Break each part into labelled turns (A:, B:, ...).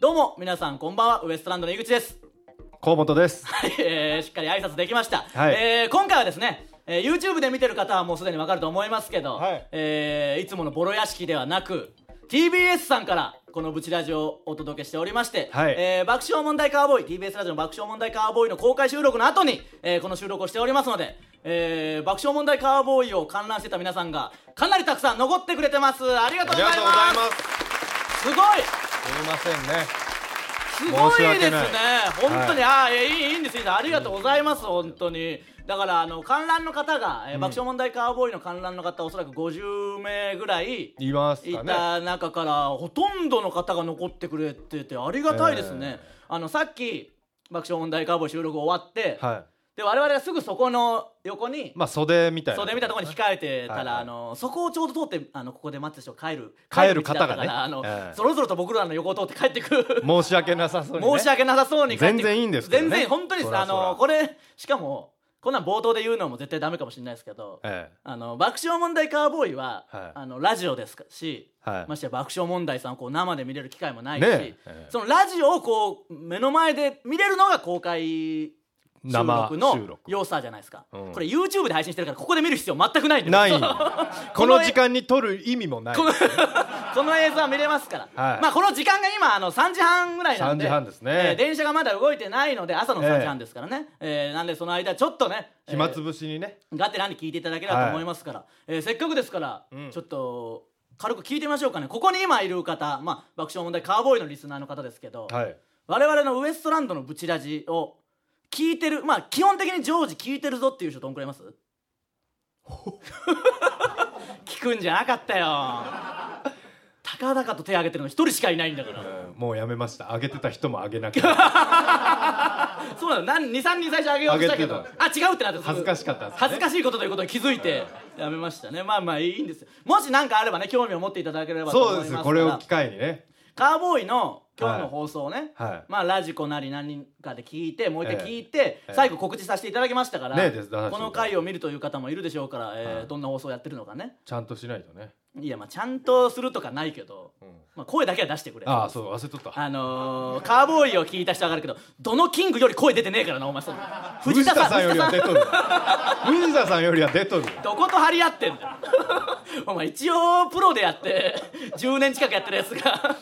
A: どうも、皆さんこんばんは、ウエストランドの井口です。
B: 河本です。
A: えーしっかり挨拶できました。
B: はい
A: えー今回はですね、えー YouTube で見てる方はもうすでにわかると思いますけど、
B: はい
A: えーいつものボロ屋敷ではなく、TBS さんからこのブチラジオをお届けしておりまして、
B: はい
A: えー爆笑問題カーボーイ、TBS ラジオの爆笑問題カーボーイの公開収録の後に、えーこの収録をしておりますので、えー爆笑問題カーボーイを観覧してた皆さんがかなりたくさん残ってくれてます。ありがとうございます。
B: す。
A: すごい
B: すみませんね。
A: すごいですね
B: 申し訳ない、
A: 本当に、あーいやいいいいんです、いいんですありがとうございます、本当に。だからあの観覧の方が、えー爆笑問題カーボーイの観覧の方、おそらく50名ぐらい
B: 言います
A: い
B: かね。
A: た中から、ほとんどの方が残ってくれてて、ありがたいですね。あのさっき爆笑問題カーボーイ収録終わって、
B: は
A: で我々はすぐそこの横に
B: い。、まあ袖みたいな。
A: 袖みたいなところに控えてたら、
B: はいはい
A: あのそこをちょうど通ってあのここで待ってた人が帰る
B: 帰る
A: 道だったから
B: 方がね
A: あの、
B: ええ
A: そろそろと僕らの横を通って帰ってくる
B: 申し訳なさそうに、ね。
A: 申し訳なさそうに帰って
B: 全然いいんですけどね
A: 全然本当にです
B: そらそら
A: あのこれしかもこんなん冒頭で言うのも絶対ダメかもしれないですけど、
B: え
A: あの爆笑問題カーボーイは、
B: はい
A: あのラジオですし、
B: はい
A: ましてや爆笑問題さんをこう生で見れる機会もないし、
B: ねえええ
A: そのラジオをこう目の前で見れるのが公開
B: え
A: 収録
B: 収
A: の
B: 録
A: 良さじゃないですか、
B: うん
A: これ YouTube で配信してるからここで見る必要全くないんで
B: ないこの時
A: 間
B: 間に撮る意味もない。
A: この映像は見れますから、
B: はい
A: まあこの時間が今あの3時半ぐらいなんで
B: 3時半ですね
A: えー電車がまだ動いてないので朝の3時半ですからね、えーなんでその間ちょっとね、えー
B: 暇つぶしにね。
A: がてらに聞いていただければと思いますから、えーせっかくですから、
B: うん
A: ちょっと軽く聞いてみましょうかねここに今いる方、まあ、爆笑問題カーボーイのリスナーの方ですけど、
B: はい。
A: 我々のウエストランドのブチラジを聞いてるまあ基本的に常時聞いてるぞっていう人どんくらいいます聞くんじゃなかったよ高々と手挙げてるの一人しかいないんだから
B: もうやめました。あげてた人もあげなき ゃ。
A: そうなのなん23人最初挙げようとしたけど
B: 上
A: あ
B: げて
A: 違うってなって
B: 恥ずかしかったですね
A: 恥ずかしいことということに気づいてやめましたねまあまあいいんですよもし何かあればね興味を持っていただければと思い
B: そう
A: ま
B: ですす
A: か
B: よ。
A: ら
B: これを機会にね。
A: カーボーイの今日の放送をね、
B: はい
A: まあラジコなり何かで聞いてもう一回
B: ええ
A: 聞いて、
B: え
A: 最後告知させていただきましたから、
B: ねえです出させていただい
A: こ
B: て
A: の回を見るという方もいるでしょうから、えー
B: はい
A: どんな放送やってるのかね
B: ちゃんとしないとね。
A: いやまあちゃんとするとかないけど、まあ、声だけは出してくれ
B: ああ、そう、忘れとった。
A: あのー、カーボーイを聞いた人は分かるけどどのキングより声出てねえからなお前そんな
B: 藤田さんよりは出
A: 藤田
B: と る。藤田さんよりは出とる。
A: どこと張り合ってんだよ お前一応プロでやって10年近くやってるやつが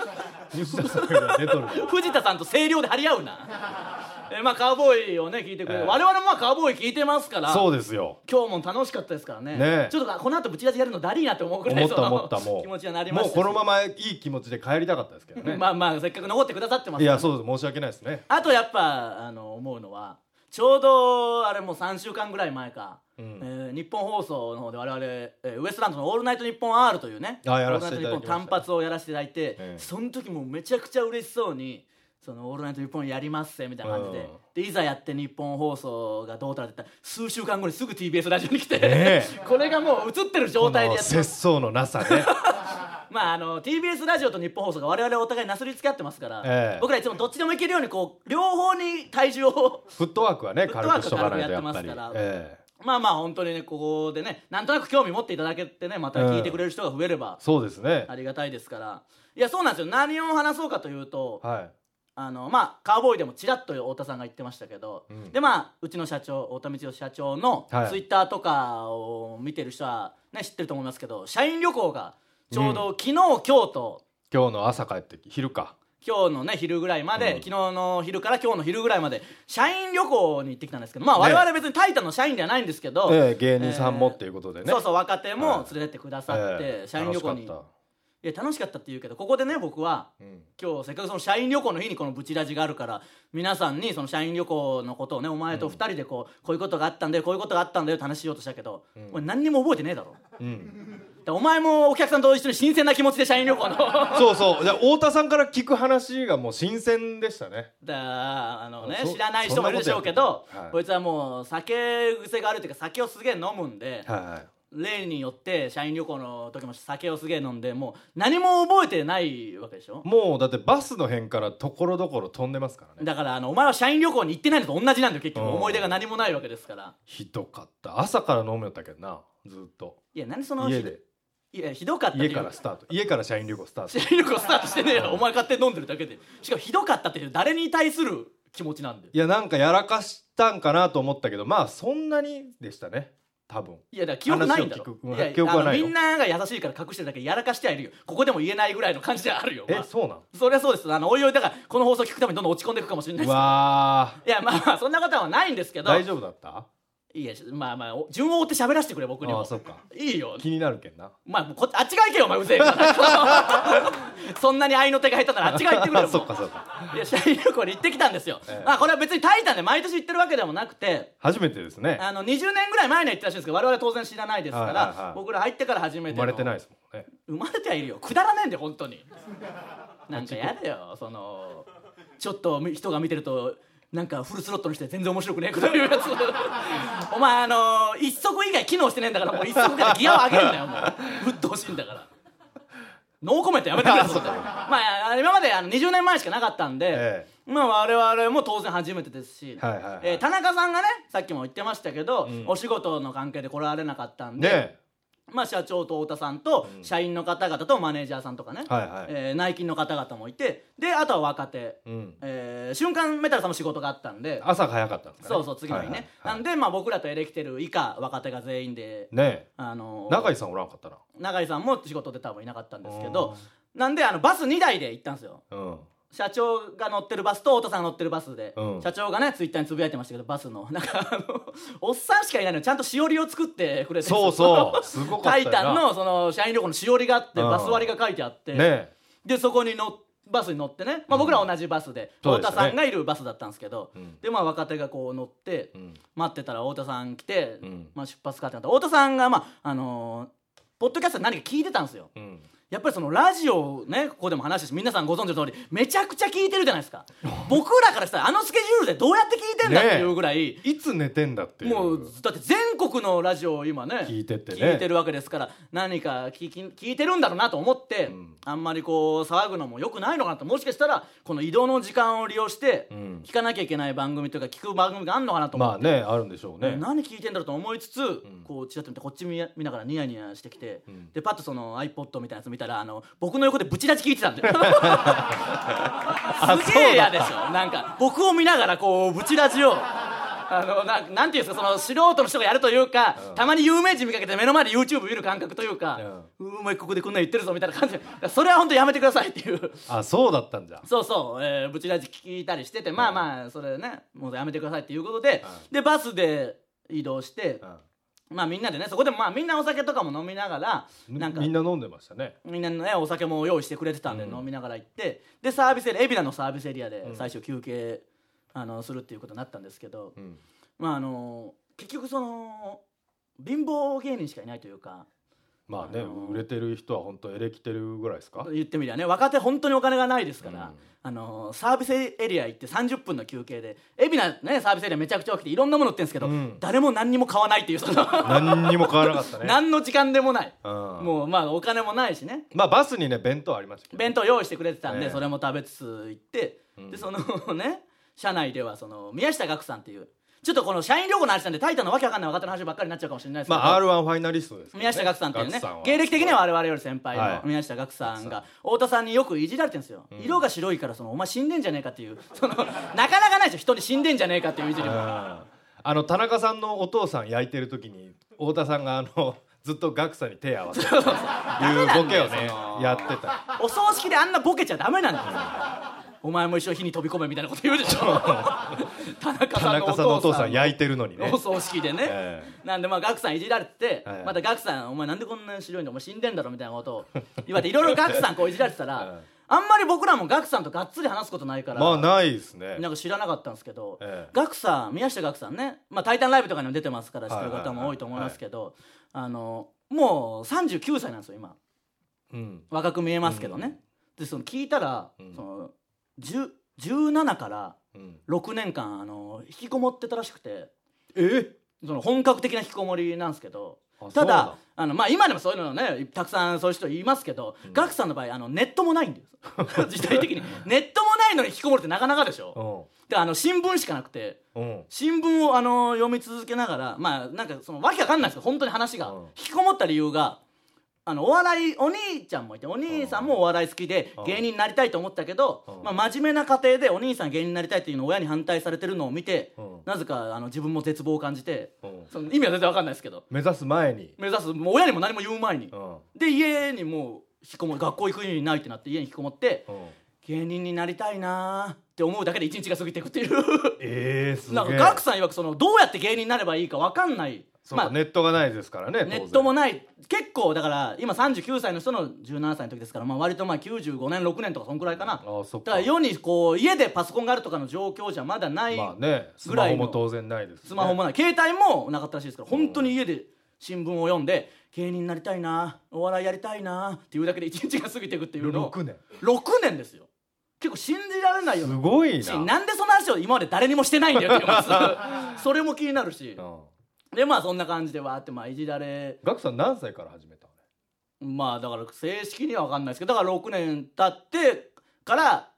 B: 藤田さんよりは出とる。
A: 藤田さんと声量で張り合うなえーまあカーボーイをね聞いてくれる、
B: ええ
A: 我々もまあカーボーイ聞いてますから
B: そうですよ。
A: 今日も楽しかったですからね
B: ねえ
A: ちょっとこの後ぶち出しやるのダリーなって思うくらい
B: 思った
A: その
B: 思ったもう
A: 気持ちはなりました
B: もうこのままいい気持ちで帰りたかったですけど ね、
A: まあまあせっかく残ってくださってます
B: いやそうです申し訳ないですね
A: あとやっぱあの思うのはちょうどあれもう3週間ぐらい前か、
B: うん
A: えー日本放送の方で我々、えーウエストランドの「オールナイトニッポン R」というね
B: あやらせていただきまし
A: オールナイトニ
B: た
A: ッポン単発をやらせていただいて、
B: ええ
A: その時もうめちゃくちゃ嬉しそうに「そのオールナイトニッポンやりますぜ」みたいな感じで,、でいざやって日本放送がどうたらって言ったら数週間後にすぐ TBS ラジオに来て、
B: え
A: これがもう映ってる状
B: こ
A: 態で
B: の
A: やってま
B: 節
A: す
B: 操のなさ ね
A: まああの TBS ラジオと日本放送が我々お互いなすりつけ合ってますから、
B: ええ
A: 僕らいつもどっちでもいけるようにこう両方に体重を
B: フットワークはね
A: フット
B: 軽
A: ワー
B: く
A: ク
B: しとかないとやっぱ
A: 軽く
B: り
A: やってますから
B: ええ
A: まあまあ本当にねここでねなんとなく興味持っていただけてねまた聞いてくれる人が増えれば
B: そうですね
A: ありがたいですから、いやそうなんですよ何を話そうかというと、
B: は
A: あのまあカーボーイでもちらっと太田さんが言ってましたけど、
B: うん
A: でまあうちの社長太田道夫社長の
B: はい
A: ツイッターとかを見てる人はね知ってると思いますけど社員旅行がちょうど昨日、今日と
B: い今日の朝帰ってき昼か
A: 今日のね昼ぐらいまで、
B: うん
A: 昨日の昼から今日の昼ぐらいまで社員旅行に行ってきたんですけどまあ我々別にタイタンの社員ではないんですけど、
B: ええ芸人さんも
A: えー
B: っていうことでね、
A: そうそう若手も
B: はい
A: 連れてってくださって、
B: ええ
A: 社員旅行にい
B: 楽しかっ
A: や楽しかったって言うけどここでね僕は
B: た、うん
A: 今日せっかくその社員旅行の日にこのブチラジがあるから皆さんにその社員旅行のことをねお前と二人でこう、こういうことがあったんだよこういうことがあったんだよって話しようとしたけど、お前何にも覚えてねえだろ
B: うん、
A: だからお前もお客さんと一緒に新鮮な気持ちで社員旅行 のだか
B: そうそうじゃあ太田さんから聞く話がもう新鮮でしたね
A: らあのね
B: あそ
A: 知らない人もいるでしょうけど
B: そんなことやってたはい
A: こいつはもう酒癖があるっていうか酒をすげえ飲むんで、
B: は
A: 例によって社員旅行の時も酒をすげえ飲んでもう何も覚えてないわけでしょ
B: いもうだってバスの辺からところどころ飛んでますからね
A: だからあのお前は社員旅行に行ってないのと同じなんだよ結局
B: うん
A: 思い出が何もないわけですから
B: ひどかった朝から飲むんだけどなずっと
A: いや何その
B: 家で
A: いやひどかったってい
B: 家
A: う
B: からスタート家から社員旅行スタート
A: 社員旅行スタートしてねえよお前勝手に飲んでるだけでしかもひどかったっていう誰に対する気持ちなんで
B: いやなんかやらかしたんかなと思ったけどまあそんなにでしたね多分
A: いやだから記憶ないんだろ
B: 話を聞くうん
A: いや
B: 記憶はな
A: あ
B: いの
A: のみんなが優しいから隠してるだけでやらかしてはいるよここでも言えないぐらいの感じではあるよ、ま
B: え
A: あ
B: そうなん
A: そりゃそうですあのおいおいだからこの放送聞くためにどんどん落ち込んでいくかもしれないうです
B: わ
A: いやまあまあそんなことはないんですけ
B: ー
A: ど
B: 大丈夫だった
A: いやまあまあお順を追って喋らせてくれ僕に
B: あ
A: も
B: あそっか
A: いいよ
B: 気になるけんな
A: まあもうこあっちが行けよお前うぜえから そんなに愛の手が入ったならあっちが行ってくれ
B: あ
A: よも
B: そうっかそっか
A: いや社員旅行に行ってきたんですよ、
B: ええ
A: まあこれは別に大胆で毎年行ってるわけでもなくて
B: 初めてですね
A: あの20年ぐらい前には行ってらっしゃるんですけど我々は当然知らないですから、
B: はいはいはい
A: 僕ら入ってから初めて
B: 生まれてない
A: い
B: ですもんね
A: 生まれてはいるよくだらねえんで本当 になんかやだよそのちょっとみ人が見てるとなんかフルスロットにして全然面白くねえこと言うやつ お前あの一足以外機能してねえんだからもう一足からギアを上げるんだよもう鬱陶しいんだからノーコメントやめてくれ
B: あ
A: そ
B: そ
A: れ
B: う
A: まああ今まであの20年前しかなかったんで、
B: え
A: まあ我々も当然初めてですし、
B: はいはいはい
A: えー田中さんがねさっきも言ってましたけど、
B: ん
A: お仕事の関係で来られなかったんで、
B: ねえ
A: まあ、社長と太田さんと社員の方々とマネージャーさんとかね、
B: はいはい
A: えー内勤の方々もいてであとは若手、
B: うん
A: えー瞬間メタルさんも仕事があったんで、
B: 朝が早かったんですか
A: そ
B: ね
A: うそう次の日ね、
B: はいはいは
A: ないんで、まあ、僕らとエレキテル以下若手が全員で、
B: ね
A: あの
B: え
A: ー
B: 永井さんおらんかったな
A: 永井さんも仕事で多分いなかったんですけどなんであのバス2台で行ったんですよ
B: うん
A: 社長が乗ってるバスと太田さんが乗ってるバスで、
B: うん
A: 社長がねツイッターにつぶやいてましたけどバスのなんかあのおっさんしかいないのにちゃんとしおりを作ってくれて
B: そ うそうすごかった
A: タ
B: よ
A: イ
B: な
A: タンのその社員旅行のしおりがあって
B: うん
A: バス割りが書いてあって、
B: ねえ
A: でそこにのバスに乗ってね、まあ、僕らは同じバスで、
B: そうで
A: 太
B: すよね
A: 田さんがいるバスだったんですけど、
B: うん
A: でまあ若手がこう乗って、
B: うん
A: 待ってたら太田さん来て、
B: うん
A: まあ、出発かってなった太田さんがまああのーポッドキャストで何か聞いてたんですよ
B: うん
A: やっぱりそのラジオをねここでも話したし皆さんご存知の通りめちゃくちゃ聞いてるじゃないです か僕らからしたらあのスケジュールでどうやって聞いてんだっていうぐらい、
B: いつ寝てんだっていう
A: もうだって全国のラジオを今ね
B: 聞いてってね
A: 聞いてるわけですから何か聞き聞いてるんだろうなと思って、
B: ん
A: あんまりこう騒ぐのも良くないのかなともしかしたらこの移動の時間を利用して
B: うん
A: 聞かなきゃいけない番組とか聞く番組があるのかなと思って
B: まあねあるんでしょうね
A: 何聞いてんだろうと思いつつ、こうちらっと見てこっち見や見ながらニヤニヤしてきて、でパッとその iPod みたいなやつ見たらあの僕の横でブチラチ聞いてたんだよ すげえ嫌でしょなんか僕を見ながらこうブチラジをあのななんていうんですかその素人の人がやるというか、たまに有名人見かけて目の前で YouTube 見る感覚というか、うお前ここでこんなん言ってるぞみたいな感じでそれは本当やめてくださいっていう
B: あそうだったんじゃ
A: そうそう、えー、ブチラジ聞いたりしてて、まあまあそれねもうやめてくださいっていうことで、でバスで移動して、まあみんなでねそこでもまあみんなお酒とかも飲みながら
B: うん
A: なんか
B: みんな飲んでましたね
A: みんなのねお酒も用意してくれてたんで、飲みながら行ってでサービスエリア海老名のサービスエリアで最初休憩、あのするっていうことになったんですけど、
B: ん
A: まああの結局その貧乏芸人しかいないというか
B: まあね
A: あのー
B: 売れてる人は本当エレキテルぐらいですか
A: 言ってみりゃね若手本当にお金がないですから、
B: うん
A: あのーサービスエリア行って30分の休憩で海老名ねサービスエリアめちゃくちゃ多くていろんなもの売ってるんですけど、
B: うん
A: 誰も何にも買わないっていうそ の
B: 何にも変わらなかったね
A: 何の時間でもない、
B: うん
A: もうまあお金もないしね
B: まあバスにね弁当ありましたけど
A: 弁当用意してくれてたんで、
B: ええ
A: それも食べつつ行って、でそのね社内ではその宮下岳さんっていうちょっとこの社員旅行の話なんで「タイタン」のわけわかんない若手の話ばっかりになっちゃうかもしれないですけど、
B: まあ R1 ファイナリストですけどね
A: 宮下岳さんっていうね
B: 岳は
A: 芸歴的には我々より先輩
B: はい
A: の宮下岳さんが太田さんによくいじられてるんですよ、色が白いからそのお前死んでんじゃねえかっていうそのなかなかないでしょ人に死んでんじゃねえかっていういじり
B: う
A: も
B: んあの田中さんのお父さん焼いてる時に太田さんがあの ずっとガクさんに手合わせるっていうボケをねやってた
A: お葬式であんなボケちゃダメなんだよお前も一緒に火に飛び込めみたいなこと言う でしょ田中
B: 田
A: さんのお
B: 中
A: 父さ
B: さん
A: ん
B: のお父さん焼いてるのにね
A: お葬式でね、
B: え
A: なんでまあガクさんいじられてて、
B: はい
A: またガクさん「お前なんでこんな白いんだお前死んでんだろ」みたいなことを言われていろいろガクさんこういじられて たら、
B: ええ
A: あんまり僕らもガクさんとがっつり話すことないから、
B: まあないですね
A: なんか知らなかったんですけど、
B: ええ
A: ガクさん宮下ガクさんね「まあ、タイタンライブ」とかにも出てますから知ってる
B: はいはい
A: 方
B: はい
A: も多いと思いますけど、あのもう39歳なんですよ今
B: うん
A: 若く見えますけどね、でその聞いたら、
B: ん
A: その10 17から
B: うん
A: 6年間あの引きこもってたらしくて
B: え
A: その本格的な引きこもりなんですけど
B: あ
A: た
B: そう
A: だ
B: なん
A: あの、まあ、今でもそういうのねたくさんそういう人いますけど、ガクさんの場合あのネットもない んです時代的にネットもないのに引きこもるってなかなかでしょ、であの新聞しかなくて
B: うんうん
A: 新聞をあの読み続けながらまあなんかそのわけわかんないですけど本当に話が、
B: うん
A: 引きこもった理由があのお笑いお兄ちゃんもいてお兄さんもお笑い好きで
B: うん
A: 芸人になりたいと思ったけど
B: うん
A: まあ、真面目な家庭でお兄さん芸人になりたいっていうのを親に反対されてるのを見て
B: うん
A: なぜかあの自分も絶望を感じて
B: うん
A: その意味は全然わかんないですけど
B: 目指す前に、
A: 目指すもう親にも何も言う前に
B: うん
A: で家にもう引きこもり学校行く意味ないってなって家に引きこもって
B: うん
A: 芸人になりたいなーって思うだけで一日が過ぎていくっていう
B: えー、すげえ
A: なんかガクさん曰くそのどうやって芸人になればいいかわかんない
B: そうか、
A: まあ
B: ネットがないですからね
A: ネットも
B: な
A: ない結構だから今39歳の人の17歳の時ですから、まあ、割とまあ95年6年とかそんくらいかな
B: あそっ
A: だ
B: か
A: から世にこう家でパソコンがあるとかの状況じゃまだない、
B: まあねス
A: ぐら
B: マ
A: い
B: ホ
A: の
B: も当然ないです、ね、
A: スマホもない携帯もなかったらしいですから本当に家で新聞を読んで芸人になりたいなお笑いやりたいなっていうだけで一日が過ぎていくっていうのを
B: 6年
A: 6年ですよ結構信じられないよ
B: す
A: な
B: ごい
A: し
B: な
A: なんでその話を今まで誰にもしてないんだよっていうのがそれも気になるし
B: うん
A: でまあそんな感じでわーってまあいじられ
B: ガクさん何歳から始めたの
A: まあだから正式には分かんないですけどだから6年経ってから、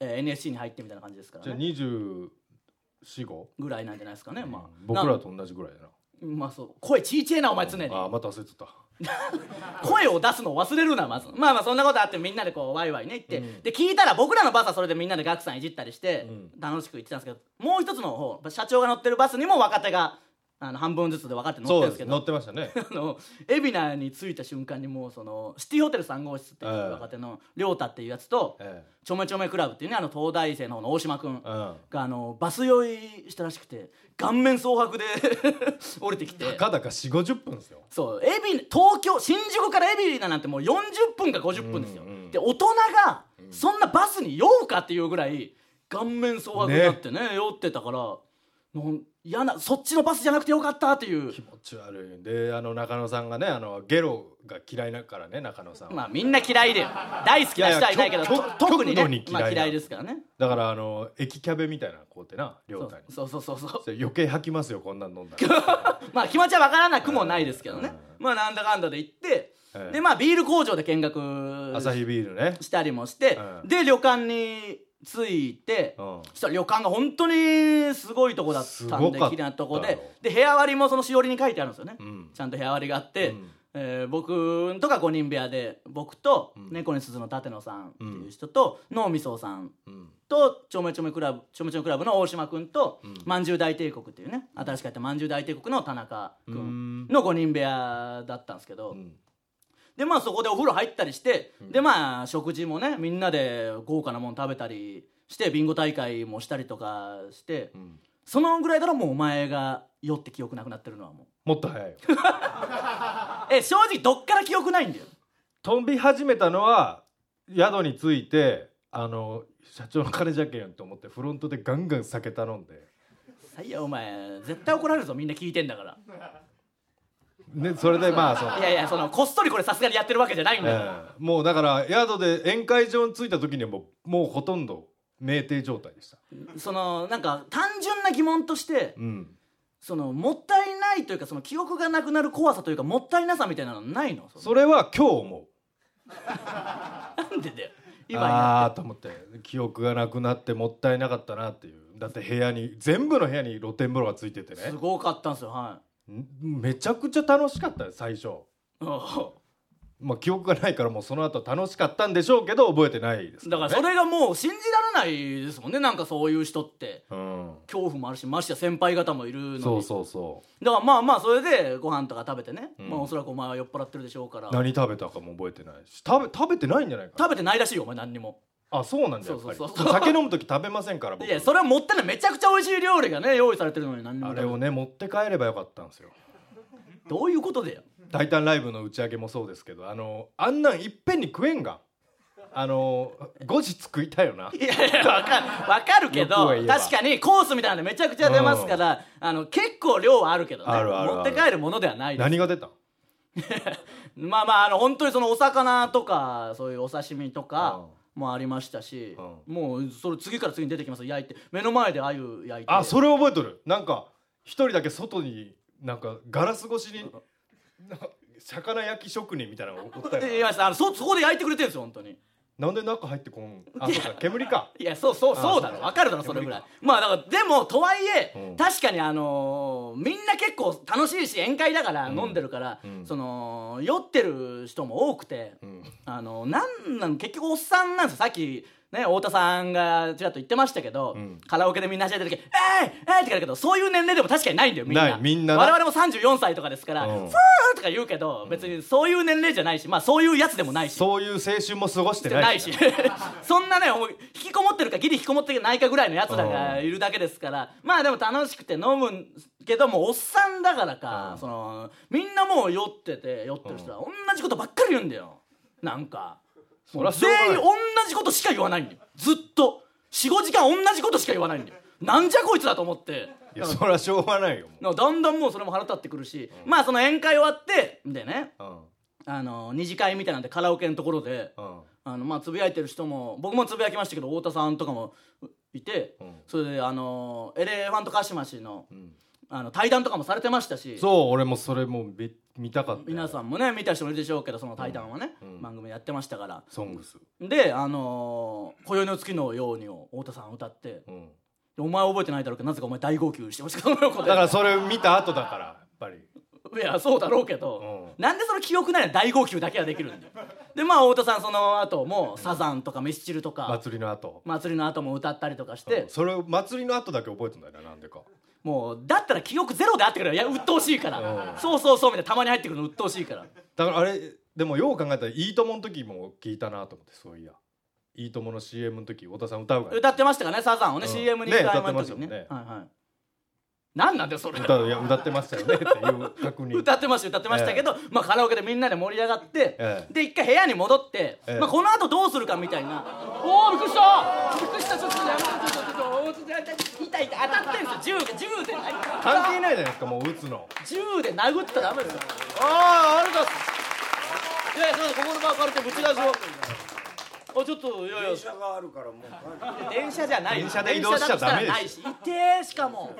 A: えー NSC に入ってみたいな感じですから
B: じゃあ
A: ね
B: 2 4 5
A: ぐらいなんじゃないですかねまあ
B: 僕
A: な
B: ら
A: ん
B: と同じぐらいだな
A: まあそう声ちいちゃいなお前常に
B: あまた忘れてた
A: 声を出すのを忘れるなまずまあまあそんなことあってみんなでこうワイワイね言って、
B: うん
A: で聞いたら僕らのバスはそれでみんなでガクさんいじったりして
B: う
A: 楽しく行ってたんですけどもう一つの方社長が乗ってるバスにも若手があの半分ずつで分かって乗ってるで
B: そうんで
A: す
B: す
A: け
B: 乗
A: ど
B: ってました ね
A: あの海老名に着いた瞬間にもうそのシティホテル3号室っていう
B: ええ
A: 若手の亮太っていうやつと
B: え
A: ちょめちょめクラブっていうねあの東大生の方の大島君
B: えうん
A: があのバス酔いしたらしくて顔面蒼白で 降りてきて
B: たかだか4 5 0分ですよ
A: そう海老東京新宿から海老名なんてもう40分か50分ですよ、
B: うんうん
A: で大人がそんなバスに酔うかっていうぐらい顔面蒼白になってね酔ってたからなん嫌なそっちのバスじゃなくてよかったっていう
B: 気持ち悪いであの中野さんがねあのゲロが嫌いだからね中野さんは、
A: まあみんな嫌いで大好きな人はいないけど
B: いやいや
A: と特にね
B: 極度に嫌いな
A: まあ、嫌いですからね
B: だからあの駅キャベみたいな子ってな亮
A: そう
B: 太に
A: そうそうそうそう
B: それ余計吐きますよこんなん飲んだら
A: まあ気持ちはわからなくもないですけどね、まあなんだかんだで行って、
B: ええ
A: でまあビール工場で見学
B: 朝日ビー ルね、
A: したりもして、
B: うん
A: で旅館に着いて、
B: うん
A: そしたら旅館が本当にすごいとこだったん
B: す
A: で
B: ごかったよ
A: 綺麗なとこでで部屋割りもそのしおりに書いてあるんですよね、
B: うん
A: ちゃんと部屋割りがあって、
B: うん
A: えー僕んとか5人部屋で僕と猫に鈴の舘野さんっていう人と脳みそさん
B: うん、
A: とちょめちょめクラブちょめちょめクラブの大島君と、
B: うん
A: まんじゅう大帝国っていうね新しくやったまんじゅう大帝国の田中
B: う
A: 君
B: ん
A: の5人部屋だったんですけど、
B: うん
A: でまあそこでお風呂入ったりして、でまあ食事もねみんなで豪華なもん食べたりしてビンゴ大会もしたりとかして、
B: うん
A: そのぐらいだらもうお前が酔って記憶なくなってるのはも
B: もっと早いよ
A: うえ正直どっから記憶ないんだよ
B: 飛び始めたのは宿に着いてあの社長の金じゃけんと思ってフロントでガンガン酒頼んで、
A: 最悪お前絶対怒られるぞみんな聞いてんだから
B: ね、それでまあその
A: いやいやそのこっそりこれさすがにやってるわけじゃないんだよ、
B: ええもうだから宿で宴会場に着いた時にはもうもうほとんど酩酊状態でした、
A: そのなんか単純な疑問として
B: うん、
A: そのもったいないというかその記憶がなくなる怖さというかもったいなさみたいなのないのそ
B: それは今日思
A: のなんでだよ
B: う
A: 今にな
B: ああーと思って記憶がなくなってもったいなかったなっていうだって部屋に全部の部屋に露天風呂がついてて
A: って
B: ね
A: すごかったんですよはい
B: んめちゃくちゃ楽しかったよ最初
A: だ
B: まあ記憶がないからもうその後楽しかったんでしょうけど覚えてないです
A: からそれがもう信じられないですもんねなんかそういう人って
B: うん
A: 恐怖もあるしましてや先輩方もいるのに
B: そうそうそう
A: だからまあまあそれでご飯とか食べてね、
B: ん
A: まあおそらくお前は酔っ払ってるでしょうから
B: 何食べたかも覚えてないし食べ食べてないんじゃないかな
A: 食べてないらしいよお前何にも
B: あそうなんだやっぱり
A: そうそうそう
B: 酒飲む時食べませんから僕
A: いやそれはもったいないめちゃくちゃ美味しい料理がね用意されてるのに何にも
B: あ
A: 食べ
B: れ
A: て
B: をね持って帰ればよかったんですよ
A: どういうことでよ
B: 「タイタンライブ」の打ち上げもそうですけどあのあんなんいっぺんに食えんがあの後日食いたいよない
A: やいやわかるわかるけ
B: 欲
A: ど
B: を言えば
A: 確かにコースみたいなのめちゃくちゃ出ますから、あの結構量はあるけどね
B: あるあるある
A: 持って帰るものではないです
B: 何が出たん
A: まあまああの本当にそのお魚とかそういうお刺身とかもありましたし、
B: う
A: もうそれ次から次に出てきますよ焼いて目の前で鮎焼いて
B: あそれ覚えとるなんか一人だけ外になんかガラス越しになんか魚焼き職人みたいなのがおった
A: で
B: よ
A: 言いましたあのそそこで焼いてくれてるんですよ本当に
B: なんで中入ってこんあそうか煙か
A: いやそうそう
B: あ
A: そうだろ
B: そう
A: 分かるだろそれぐらいまあだからでもとはいえ、
B: うん
A: 確かにあのーみんな結構楽しいし宴会だから
B: ん
A: 飲んでるから、
B: うん
A: その酔ってる人も多くて、
B: うん
A: あのなんなん結局おっさんなんですよさっきね太田さんがちらっと言ってましたけど、
B: うん
A: カラオケでみんな走ってる時「えいえい!」って言うけどそういう年齢でも確かにないんだよみんな
B: ないみんなな
A: 我々も34歳とかですから「
B: う
A: ふ、
B: ん
A: ー!」とか言うけど別にそういう年齢じゃないしまあそういうやつでもないし。
B: そういう青春も過ごして
A: ってな
B: ない
A: いし
B: し
A: そんなねもう引きこもってるかギリ引きこもってないかぐらいのやつらがいるだけですからまあでも楽しくて飲むんけどもうおっさんだからか
B: うん
A: そのみんなもう酔ってて酔ってる人は同じことばっかり言うんだよなんか
B: そりゃしょうがない
A: 全員同じことしか言わないんだよずっと45時間同じことしか言わないんだよなんじゃこいつだと思って
B: いやそりゃしょうがないよも
A: なんかだんだんもうそれも腹立ってくるしまあその宴会終わってでね
B: う
A: あの二次会みたいなんでカラオケのところで
B: うんうん
A: あのまあつぶやいてる人も僕もつぶやきましたけど太田さんとかもういて、
B: うん
A: それであのエレファントカシマシの
B: うん
A: あの対談とかもされてましたし
B: そう俺もそれもび見たかった
A: 皆
B: ん
A: さんもね見た人もいるでしょうけどその対談はね、
B: うん
A: 番組やってましたから
B: 「ソングス
A: で「あのー、今宵の月のように」を太田さん歌ってで
B: うん
A: 「お前覚えてないだろうけどなぜかお前大号泣してましたその横
B: だ
A: で
B: からそれ見た後だからやっぱり
A: いやそうだろうけど、
B: う
A: なんでその記憶ないのに大号泣だけはできるんだよでまあ太田さんその後もサザンとかミスチルとか
B: 祭りの後
A: 祭りの後も歌ったりとかして、
B: うんそれを祭りの後だけ覚えてんだよななんでか
A: もうだったら記憶ゼロであってくれよいや鬱陶しいから
B: うん
A: そうそうそうみたいなたまに入ってくるの鬱陶しいから
B: だからあれでもよう考えたら「いいとも!」の時も聞いたなと思ってそういや「いいとも!」の CM の時太田さん歌うから
A: 歌ってましたからねサザンをね、
B: うん
A: CM に
B: ね
A: 歌いました時にね
B: 歌って
A: はいはい何なんだよそれ
B: 歌ういや歌ってましたよねっていう確認
A: 歌ってました歌ってましたけど、まあカラオケでみんなで盛り上がって、
B: ええ
A: で一回部屋に戻って、
B: ええ
A: まあこの後どうするかみたいなおおびっくりしたびっくりしたちょっとやめてちょっとちょっとおーちょっとやめて痛い痛い当たってるんですよ銃銃で殴った
B: 関係ないじゃないですかもう打つの
A: 銃で殴ったらダメですよ
B: あああれだ
A: いやいやそうですここの場を借りてぶち出しをあちょっといやいや
C: 電車があるからもう
A: 電車じゃない
B: 電車で移動しちゃダメで
A: し行ってしかも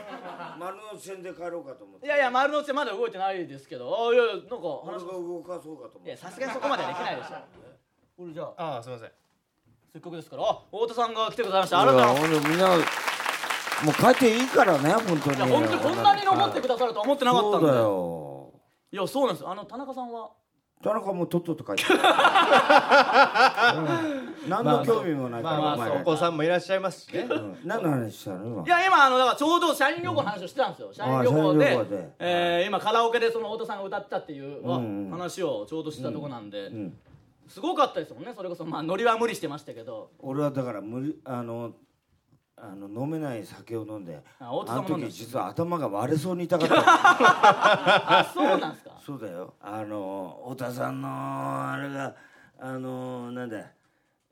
C: 丸の内線で帰ろうかと思って
A: いやいや丸の内まだ動いてないですけどあいやいやなんか
C: 俺
A: 話
C: が動かそうかと思っ
A: いや
C: て
A: さすがにそこまではできないでしょこれじゃあ
B: ああすいません
A: せっかくですからあ太田さんが来てくださいましたありがとうございます
C: 俺みんなもう帰っていいからね本当に
A: いや本当にこんなに残ってくださるとは思ってなかったん
C: そうだ
A: で
C: よ
A: いやそうなんですあの田中さんは
C: 田中もとっとと書いてる、 うん何の興味もないから、
B: まあまあ
C: お
B: お
C: 前
B: 子さんもいらっしゃいますしね
C: うん何の話したの今
A: いや今あのだからちょうど社員旅行の話をしてたんですよ社員旅行
C: あ社員
A: で
C: 旅行で
A: えー今カラオケでその太田さんが歌ったっていうあ
C: うんうん
A: 話をちょうどしてたとこなんで
C: ん
A: すごかったですもんねそれこそまあノリは無理してましたけ ど
C: 俺はだから無理あのあの飲めない酒を飲んで
A: あ大津さ
C: あ
A: ん
C: の
A: も飲んだ
C: 時実は頭が割れそうに痛かった
A: あそうなん ですか
C: そうだよあの太田さんのあれがあのなんだ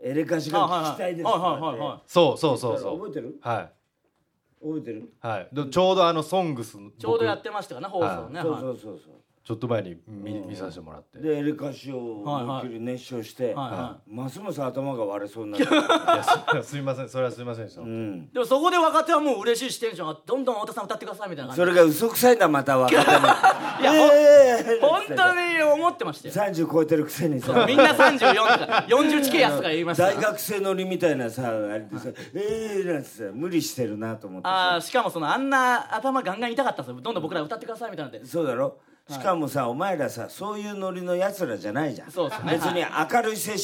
C: エレカシが聞きたいですとかって
A: はいはいはいはい
B: そうそうそうそ
C: 覚え
B: う
C: てる
B: はい
C: 覚えてる
B: はい、でちょうどあの「ソングス
A: ちょうどやってましたからね放送ね、
C: そう
A: はい
C: そうそうそう
B: ちょっと前に見,、見させてもらってい
C: でエレカシを思いっきり熱唱して、
A: はいは
C: ますます頭が割れそうになった、
B: やすすいませんそれはすいませんでした、
C: うん、
A: でもそこで若手はもう嬉しいしテンションがどんどん太田さん歌ってくださいみたいな
C: そ
A: 感
C: れが嘘くさいんだまた若手
A: いや
C: の
A: ほん
C: え
A: じ本当に思ってましたよ
C: 30超えてるくせにさ
A: みんな34とか40近いやつとか言いました
C: 大学生乗りみたいなさあれでさ「ええー」なんてさ無理してるなと思って
A: あ
C: さ
A: あしかもそのあんな頭ガンガン痛かったんですよどんどん僕ら歌ってくださいみたいなんで
C: そうだろしかもさお前らさそういうノリのやつらじゃないじゃん
A: そうですね
C: 別に明るい青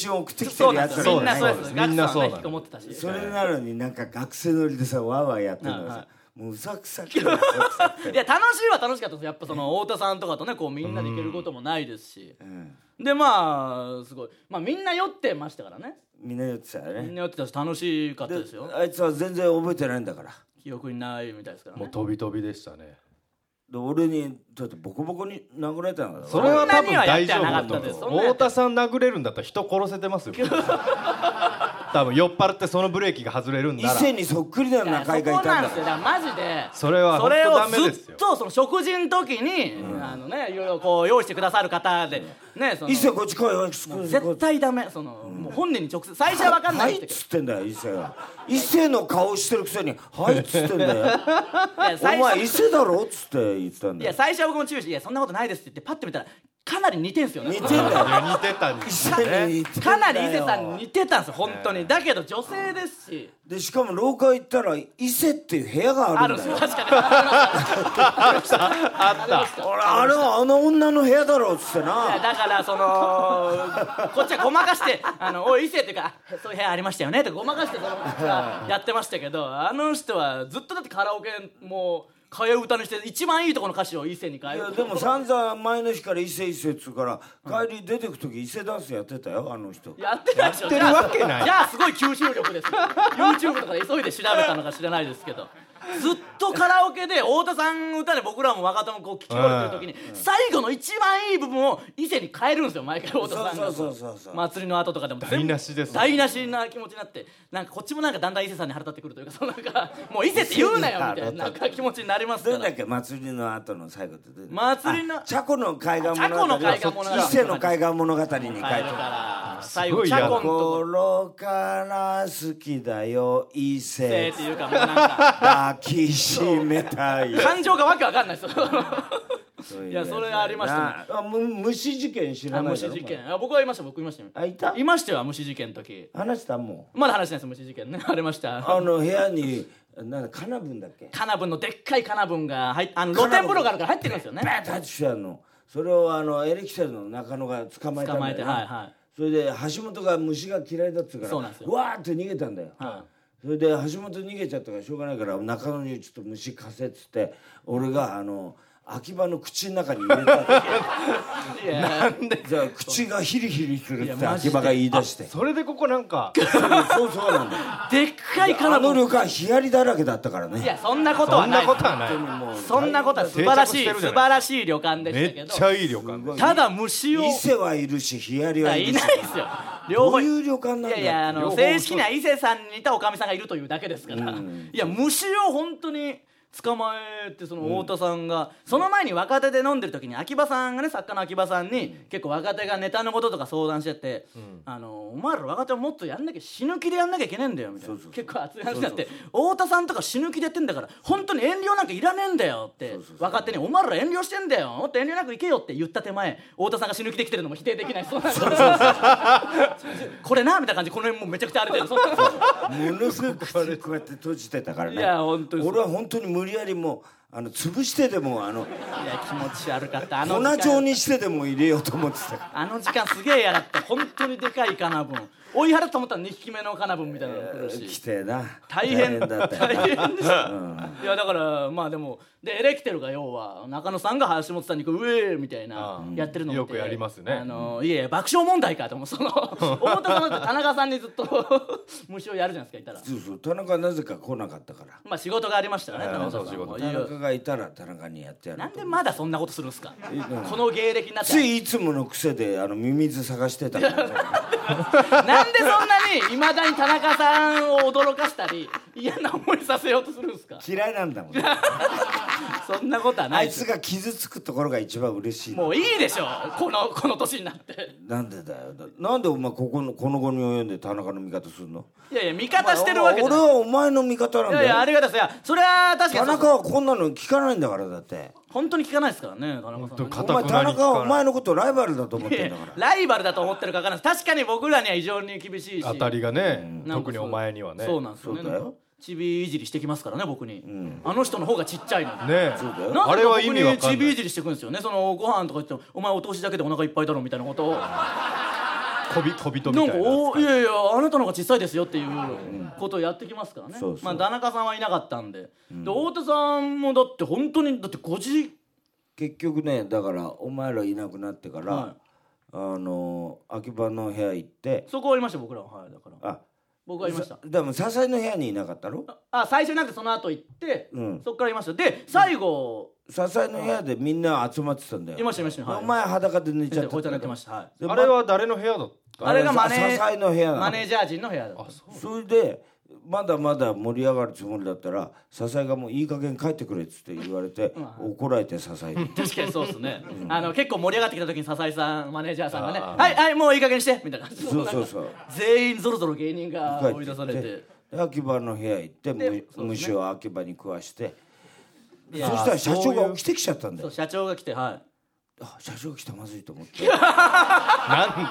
C: 春を送ってきて
A: そう
C: る
A: な
C: や
A: んで
C: つ
A: す
C: ら
A: よ
C: じ
A: み
C: ゃ
A: ん
C: な
A: ないそうです
B: みんなそうなんで
A: ガクさんはね引
B: す
A: きこもってたし
C: それなのになんか学生乗りでさわーわーやってるのがさもううさくさくてうさくさくて
A: いや楽しいは楽しかったですやっぱその太田さんとかとねこうみんなで行けることもないですし
C: うん
A: でまあすごいまあみんな酔ってましたからね
C: みんな言ってたよ
A: みん
C: ね
A: な酔ってたし楽しかったですよ
C: あいつは全然覚えてないんだから
A: 記憶にないみたいですから
B: もう
A: ね
B: 飛び飛びでしたね
C: で俺にだってボコボコに殴られたんだ
B: そ
C: ろ
B: れは多
A: そん
B: 分
A: なにはやっ
B: 大
A: ては
B: 丈夫
A: なか
B: だ
A: った
B: と
A: です
B: 思う太田さん殴れるんだったら人殺せてますよ多分酔っ払ってそのブレーキが外れるん
C: 伊
B: なら
C: 勢にそっくりだよ
A: いや
C: 中井がい
A: そこな
C: たん
A: んで
C: だ
A: すよだからマジで
B: それは
A: それを
B: 本当ダメで
A: ず
B: す
A: っ
B: よ
A: とその食事の時に、あのねいろいろこう用意してくださる方でねその
C: 伊勢こっち来いよこっち来いこっち来い
A: 絶対ダメその、もう本人に直接最初は分かんないっ
C: はい
A: て
C: っつってんだよ伊勢が伊勢の顔してるくせに「はい」っつってんだよ
A: いや
C: 「お
A: 最
C: 前伊
A: 初
C: 勢だろ」っつって言ってたん
A: い
C: だ
A: や
C: よ
A: 最初は僕も注意して「いやそんなことないです」って言ってパッと見たらかなり似てんすよね
C: 似てんだよ
B: 似てたんですよね
A: かなり伊勢さんに似てたんですよ本当にだけど女性ですし
C: でしかも廊下行ったら伊勢っていう部屋があ
A: あ
C: る
A: る
C: ん
A: んで
C: だ
A: すよ
C: よ
A: 確かに
B: あった
C: 俺あれはあの女の部屋だろうっつって
A: いや
C: な
A: だからそのこっちはごまかして「あのおい伊勢」っていうか「そういう部屋ありましたよね」ってごまかしてそのやってましたけどあの人はずっとだってカラオケもう替え歌にして一番いいとこの歌詞を伊勢に変え
C: いや
A: る
C: でも散々前の日から伊勢伊勢っつうから帰り出てく時伊勢ダンスやってたよあの人
A: やってないでしょ
B: やってるわけない
A: じゃあすごい吸収力ですよ YouTube とかで急いで調べたのか知らないですけどずっとカラオケで太田さん歌で僕らも若手もこう聞き終わってる時に最後の一番いい部分を伊勢に変えるんですよ毎回太田さんが
C: そうそうそうそうそう
A: 祭りの後とかでも全部
B: 台無しですね
A: 台無しな気持ちになってなんかこっちもなんかだんだん伊勢さんに腹立ってくるというかそのなんかもう伊勢って言うなよみたいななんか気持ちになりますか
C: どれ
A: ら
C: だっけ祭りの後の最後って出てくる
A: 祭りの
C: あチャコの海岸物語
A: チャコの海岸物語
C: 伊勢の海岸物語に書いて
A: 変える
C: ある
A: から最
B: すご
A: 後チ
B: い嫌だ
A: ャコンとこ
C: 心から好きだよ伊勢
A: えーっていうかもうなんか
C: 抱きしめたい
A: 感情がわけわかんないですよ
C: い
A: いやそれありました
C: ねあむ虫事件知ら
A: あ
C: ない
A: 無
C: だ
A: 視
C: ろ
A: 事件あ僕はいました僕いましたよ
C: あいた
A: いましたよ無視事件の時
C: 話したも
A: まだ話してないです無視事件 ねありまし
C: う
A: た
C: あの部屋になんだカナブンだっけ
A: カナブンのでっかいカナブンが入っあの露
C: カナブン
A: 天風呂があるから入ってるんですよね
C: バーッと入ってきたのそれをあのエレキテルの中野が捕まえたん
A: 捕
C: だ
A: ま
C: よ
A: え
C: ね
A: てはいはい
C: それで橋本が虫が嫌いだっつうから
A: そうなんですよ
C: わーって逃げたんだよ、
A: は
C: それで橋本逃げちゃったからしょうがないから中野にちょっと虫貸せっつって俺があの秋葉の口の中に入れたって
A: いや
C: じゃあ口がヒリヒリするっ
A: い
C: て
A: やマジで
C: 秋葉が言い出して
B: それでここなんか
C: そうそうなんだよ
A: でっかいカ
C: あ
A: ナ
C: の
A: ブン
C: 旅館ヒヤリだらけだったから
A: い
C: ね
A: やそんなこと
B: そ
A: は
B: ん
A: な
B: ないことはない
C: もう
A: そんなことは素晴らしい
B: 定着してる
A: 素
B: じゃない
A: 晴らしい旅館で
B: め
A: し
B: った
A: け
B: ち
A: ど
B: ゃいい旅館です
A: ただ虫を
C: 伊勢はいるしヒヤリ
A: い
C: は
A: や
C: い
A: い
C: るし
A: ないですよ両
C: ど
A: 方
C: ういう旅館なんだ
A: いやいやあ
B: 両
A: の
B: 方
A: 正式には伊勢さんにいたおかみさんがいるというだけですから、いや虫を本当に捕まえてその太田さんが、その前に若手で飲んでる時に秋葉さんがね作家の秋葉さんに、結構若手がネタのこととか相談してて、あのお前ら若手はもっとやんなきゃ死ぬ気でやんなきゃいけねえんだよみたいな
C: そうそうそう
A: 結構熱い話になって太田さんとか死ぬ気でやってんだから本当に遠慮なんかいらねえんだよって若手に「お前ら遠慮してんだよもっと遠慮なくいけよ」って言った手前太田さんが死ぬ気できてるのも否定でき ないそうなんですこれなみたいな感じでこの辺もうめちゃくちゃ荒れてるそう
C: ものすごく口こうやって閉じてたからね
A: いや本当にそう
C: 俺は本当に無理やりもうあの潰してでもあの
A: いや気持ち悪かったあの
C: 粉
A: 時
C: 状
A: 間
C: にしてでも入れようと思ってたから
A: あの時間すげえ嫌だった本当にでかいカナブン追い払ったと思ったら2匹目のカナブンみたいなのが来る
C: 来
A: して
C: えな
A: 大変
C: だった
A: 大
C: よ
A: 変でした、いやだからまあでもでエレキテルが要は中野さんが橋本さんにこう「うえー」みたいな
B: うん
A: やってるのを見て
B: よくやりますね
A: あのいやいや爆笑問題かと思うその太田さんだって田中さんにずっと 虫をやるじゃないですかいたら
C: そうそう田中はなぜか来なかったから
A: まあ仕事がありましたよね
B: はい
A: 田中さん
B: そう仕
A: も
B: 事
A: い
C: 田
A: や
C: 中がいたら田中にやってやる
A: なん
C: と
A: でまだそんなことするんすか
C: ん
A: この芸歴になって
C: ついいつもの癖であのミミズ探し てたからね
A: なんでそんなにいまだに田中さんを驚かしたり嫌な思いさせようとするんですか
C: 嫌いなん だもん
A: そんなことはな
C: あ
A: い
C: い
A: です
C: つが傷つくところが一番嬉しい
A: もういいでしょこのこの年になって
C: なんでだよだなんでお前ここのこの後に及んで田中の味方するの
A: いやいや味方してるわけじゃ
C: 俺
A: ない
C: はお前の味方なん
A: いや
C: だ
A: いやあ
C: よ
A: りがたいですいやそれは確か
C: 田
A: にそう
C: 中はこんなの聞かないんだからだって
A: 本当に聞かないですからね田中さん
B: 本当
A: ね
B: か
C: お前田中はお前のことライバルだと思っ
A: いや
C: て
A: い
C: んだ
A: や
C: から
A: ライバルだと思ってるか分からないです確かに僕らには非常に厳しいし
B: 当たりがね
A: なんかそう
B: 特にお前にはね
A: そうなんですよ
C: そうだ
A: ね
C: よ
A: ちびいじりしてきますからね僕に、あの人の方がちっちゃいのに
B: ね
C: そうだよ
A: なん
B: あ
A: で
B: れは意
A: 僕
B: 味わ
A: に
B: か
A: ち
B: んな
A: びい
B: い
A: じりしてくるんですよねそのご飯とか言ってもお前お通しだけでお腹いっぱいだろみたいなことをな
B: 小び小人みた
A: ん
B: い
A: か
B: な
A: おいやいやあなたの方が小さいですよっていうことをやってきますからね
C: そうそう
A: まあ田中さんはいなかったんで,、で太田さんもだって本当にだって5時
C: 結局ねだからお前らいなくなってから、
A: はい
C: あの秋葉の部屋行って
A: そこはいました僕らははいだから
C: あ
A: 僕はいました
C: さでも笹井の部屋にいなかったろ
A: あ最初なんかその後行って、
C: うん
A: そっからいましたで最後、
C: 笹井の部屋でみんな集まってたんだよ
A: いましたいましたはい
C: お前裸で寝ちゃ
A: 先生
C: った
A: 紅茶になってましたはい
B: あれは誰の部屋だった
A: あれがマネ
C: さ笹井の部屋なの
A: マネージャー陣の部屋だった
C: それでまだまだ盛り上がるつもりだったら笹井がもういい加減帰ってくれっつって言わ れて怒られて笹井に
A: 確かにそうですね、あの結構盛り上がってきた時に笹井さんマネージャーさんがね「はいはいもういい加減にして」みたいな感じで
C: そうそうそう
A: 全員ぞろぞろ芸人が
C: 帰
A: 追い出されて
C: で秋葉の部屋行っ
A: で
C: てむ
A: そうですね
C: 虫を秋葉に食わして
A: い
C: そ
A: や
C: したら社長が起きてきちゃったんだ
A: そ
C: よ
A: う社長が来ては
C: あ車掌来たまずいと思って
B: な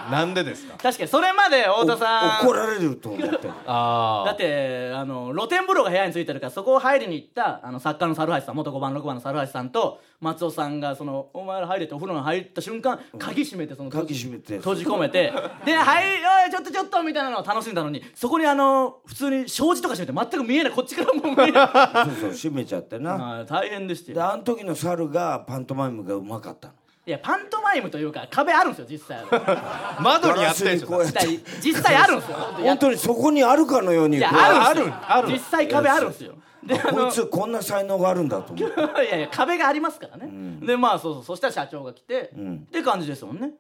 B: んなんでですか
A: 確かにそれまで
C: お
A: 太田さん
C: 怒られると思って
B: あ
A: だってあの露天風呂が部屋についてるからそこを入りに行ったあの作家の猿橋さん元5番6番の猿橋さんと松尾さんがその「お前ら入れ」ってお風呂に入った瞬間鍵閉めてその
C: 鍵閉めて
A: 閉じ込め てで「はいおいちょっとちょっと」みたいなのを楽しんだのにそこにあの普通に障子とか閉めて全く見えないこっちからもう見 えない
C: そうそう閉めちゃってな
A: はい大変でした
C: で
A: よ
C: あの時の猿がパントマイムがうまかったの
A: いやパントマイムというか壁あるんですよ実際
B: あ窓にやってんじゃん
C: ガラスにこうやっ
A: 実際
C: て
A: 実際あるん ですよ本当にや
C: 本当にそこにあるかのように
A: い
C: こ
A: や
C: う
A: あるんですよ
B: あるある
A: 実際壁あるんですよであ
C: こ
A: の
C: いつこんな才能があるんだと思って
A: いやいや壁がありますからね、でまあそうそうそしたら社長が来て、って感じですもんね、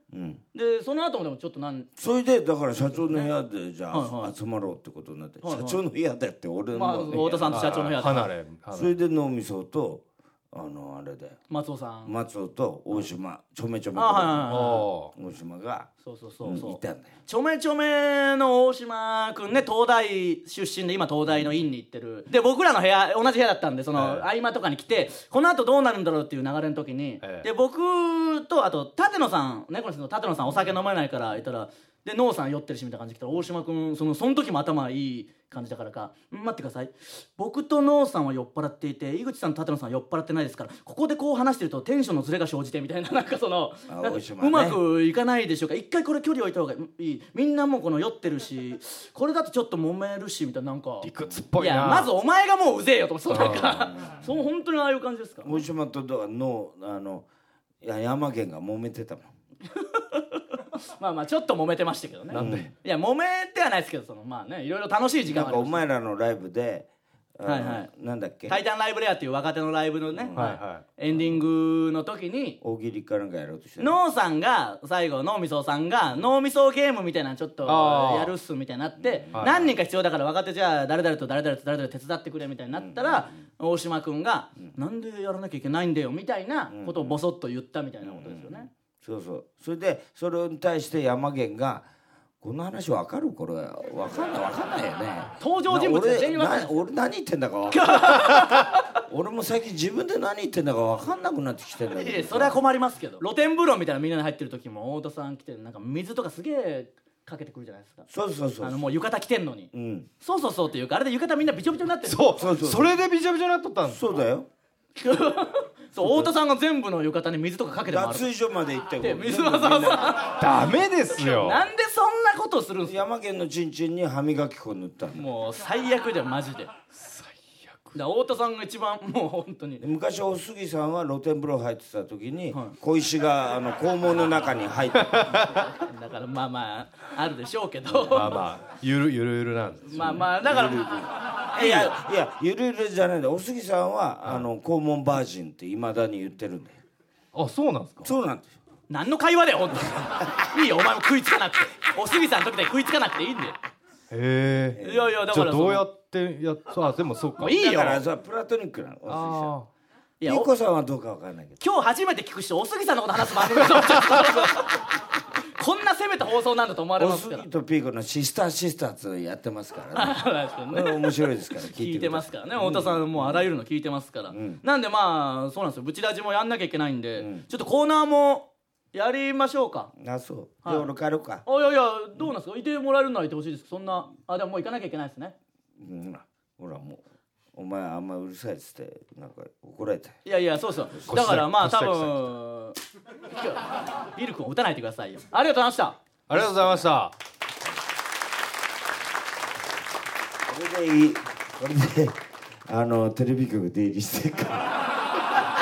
A: でその後もでもちょっとなん
C: それでだから社長の部屋でじゃ
A: はいは
C: あ
A: い
C: 集まろうってことになって
A: はいはい
C: 社長の部屋だって俺
A: まあ
C: の部
A: 太
C: 屋
A: 田さんと社長の部屋と
B: 離れ離
C: そ
B: れ
C: れで脳みそとあのあれで
A: 松尾さん、
C: 松尾と大島ちょめちょめ
A: あはいはいはい
B: お
C: 大島が
A: そうそう
C: う
A: そ
C: ん
A: う
C: い
A: そう、
C: たんだよ
A: ちょめちょめの大島君ね東大出身で今東大の院に行ってるで僕らの部屋同じ部屋だったんでその合
B: え
A: 間とかに来てこの後どうなるんだろうっていう流れの時に、
B: ええ
A: で僕とあと舘野さん猫の人の舘野さんお酒飲まないからいたらでノーさん酔ってるしみたいな感じで来たら大島君そのその時も頭いい感じだからか「ん待ってください僕とノーさんは酔っ払っていて井口さんと舘野さんは酔っ払ってないですからここでこう話してるとテンションのズレが生じて」みたいななんかその
C: あ
A: なんか
C: 大島ね
A: うまくいかないでしょうか一回これ距離置いた方がいいみんなもうこの酔ってるしこれだとちょっと揉めるしみたいななんか
B: ー理屈っぽ
A: い
B: いな
A: やまずお前がもううぜえよと思ってそうなんかそう本当にああいう感じですか
C: 大島とだからのあのいや山県が揉めてたもん
A: まあまあちょっと揉めてましたけどね
B: なんで
A: いや揉めてはないですけどそのまあねいろいろ楽しい時
C: な
A: 間が
C: ん
A: あ
C: か
A: り
C: お
A: ました
C: 前らのライブであの
A: はいはい
C: なんだっけ
A: タイタンライブレアっていう若手のライブのね、
B: はいは
A: エンディングの時に
C: 大喜利かなんかやろうとしてた
A: ノーさんが最後脳みそさんが脳みそゲームみたいなのちょっと
B: あー
A: やるっすみたいになって
B: はい
A: 何人か必要だから若手じゃあ誰々と誰々と誰々手伝ってくれみたいになったら大島君が「なんでやらなきゃいけないんだよ」みたいなことをボソッと言ったみたいなことですよね。
C: そうそうそれでそれに対して山源が「この話わかるこれわかんないわかんないよね」
A: 登場人物
C: な俺
A: 全員わかんない
C: な俺何言ってんだかわか んない俺も最近自分で何言ってんだかわかんなくなってきてんだ
A: いや
C: け
A: いや
C: ど
A: それは困りますけど露天風呂みたいなみんなで入ってる時も太田さん来てなんか水とかすげえかけてくるじゃないですか
C: そうそうそう
A: あのもう浴衣着てんのに
C: うん
A: 「そうそうそう」っていうかあれで浴衣みんなびちょびちょになって
B: い
A: る
B: そう
C: そうそう
B: それでびちゃびちゃになっとったんです
C: そうだよ
A: そう太田さんが全部の浴衣に水とかかけて回
C: 脱
A: る
C: 衣所まで行って
A: で
C: こう
A: 水はささ
B: ダメですよ
A: なんでそんなことするんすか
C: 山源のちんちんに歯磨き粉塗ったの
A: もう最悪じゃんマジで最悪だから太田さんが一番もう本当に
C: 昔お杉さんは露天風呂入ってた時に
A: は
C: 小石があの肛門の中に入っ て
A: だからまあまああるでしょうけど
B: まあまあゆるゆるゆるなんです
A: まあまあだから
C: いやいやゆるゆるじゃないんだお杉さんはあの肛門バージンっていまだに言ってるんだよ
B: あそうなんですか
C: そうなんですよ
A: 何の会話だよ本当にいいよお前も食いつかなくておすぎさんの時で食いつかなくていいんだよ
B: へえ
A: いやいやだか
B: じゃあ
A: らその
B: どうやってやっあでもそう
A: も
B: か
A: ういい
C: だ
A: よ
C: からそれはプラトニックなのお杉さん
B: あ
A: い
C: ピ
A: や
C: ー
A: お
C: コさんはどうかわかんないけど
A: 今日初めて聞く人おすぎさんのこと話す番組だと思っちゃったこんな攻めた放送なんだと思われ
C: お
A: ますから
C: 杉とピーコのシスターシスターズやってますからねこれ面白いですから聞
A: 聞
C: い
A: い
C: て
A: て
C: くだ
A: ま
C: さ
A: すからね太田さんもうあらゆるの聞いてますから、
C: ん
A: なんでまあそうなんですよブチラジもやんなきゃいけないんで、
C: ん
A: ちょっとコーナーもやりましょうか
C: いあそう
A: はい
C: 夜帰ろうか
A: あいやいやどうなんですかいてもらえるならいてほしいですそんなあでももう行かなきゃいけないですね
C: うんほらほらもうお前あんまうるさいっつってなんか怒られたよ
A: いやいやそうですよだからまあ多分ビル君を打たないでくださいよありがとうございました
B: ありがとうございました
C: これでいいこれであのテレビ局出入りしてるから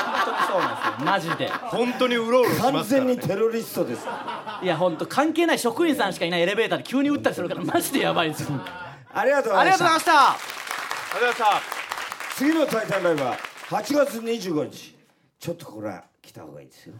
A: 本当にそうなんですよマジで
B: 本当にうろうろし
C: 完
B: ますから
C: 全にテロリストです
A: いや本当関係ない職員さんしかいないエレベーターで急に打ったりするからマジでやばいですよ
C: ありがとうご
A: あ
C: ざ
A: り
C: いま
A: が
C: し
A: とうございました
C: た
B: ありがとうございました
C: 次の「タイタンライブ」は8月25日ちょっとこれは来た方がいいですよ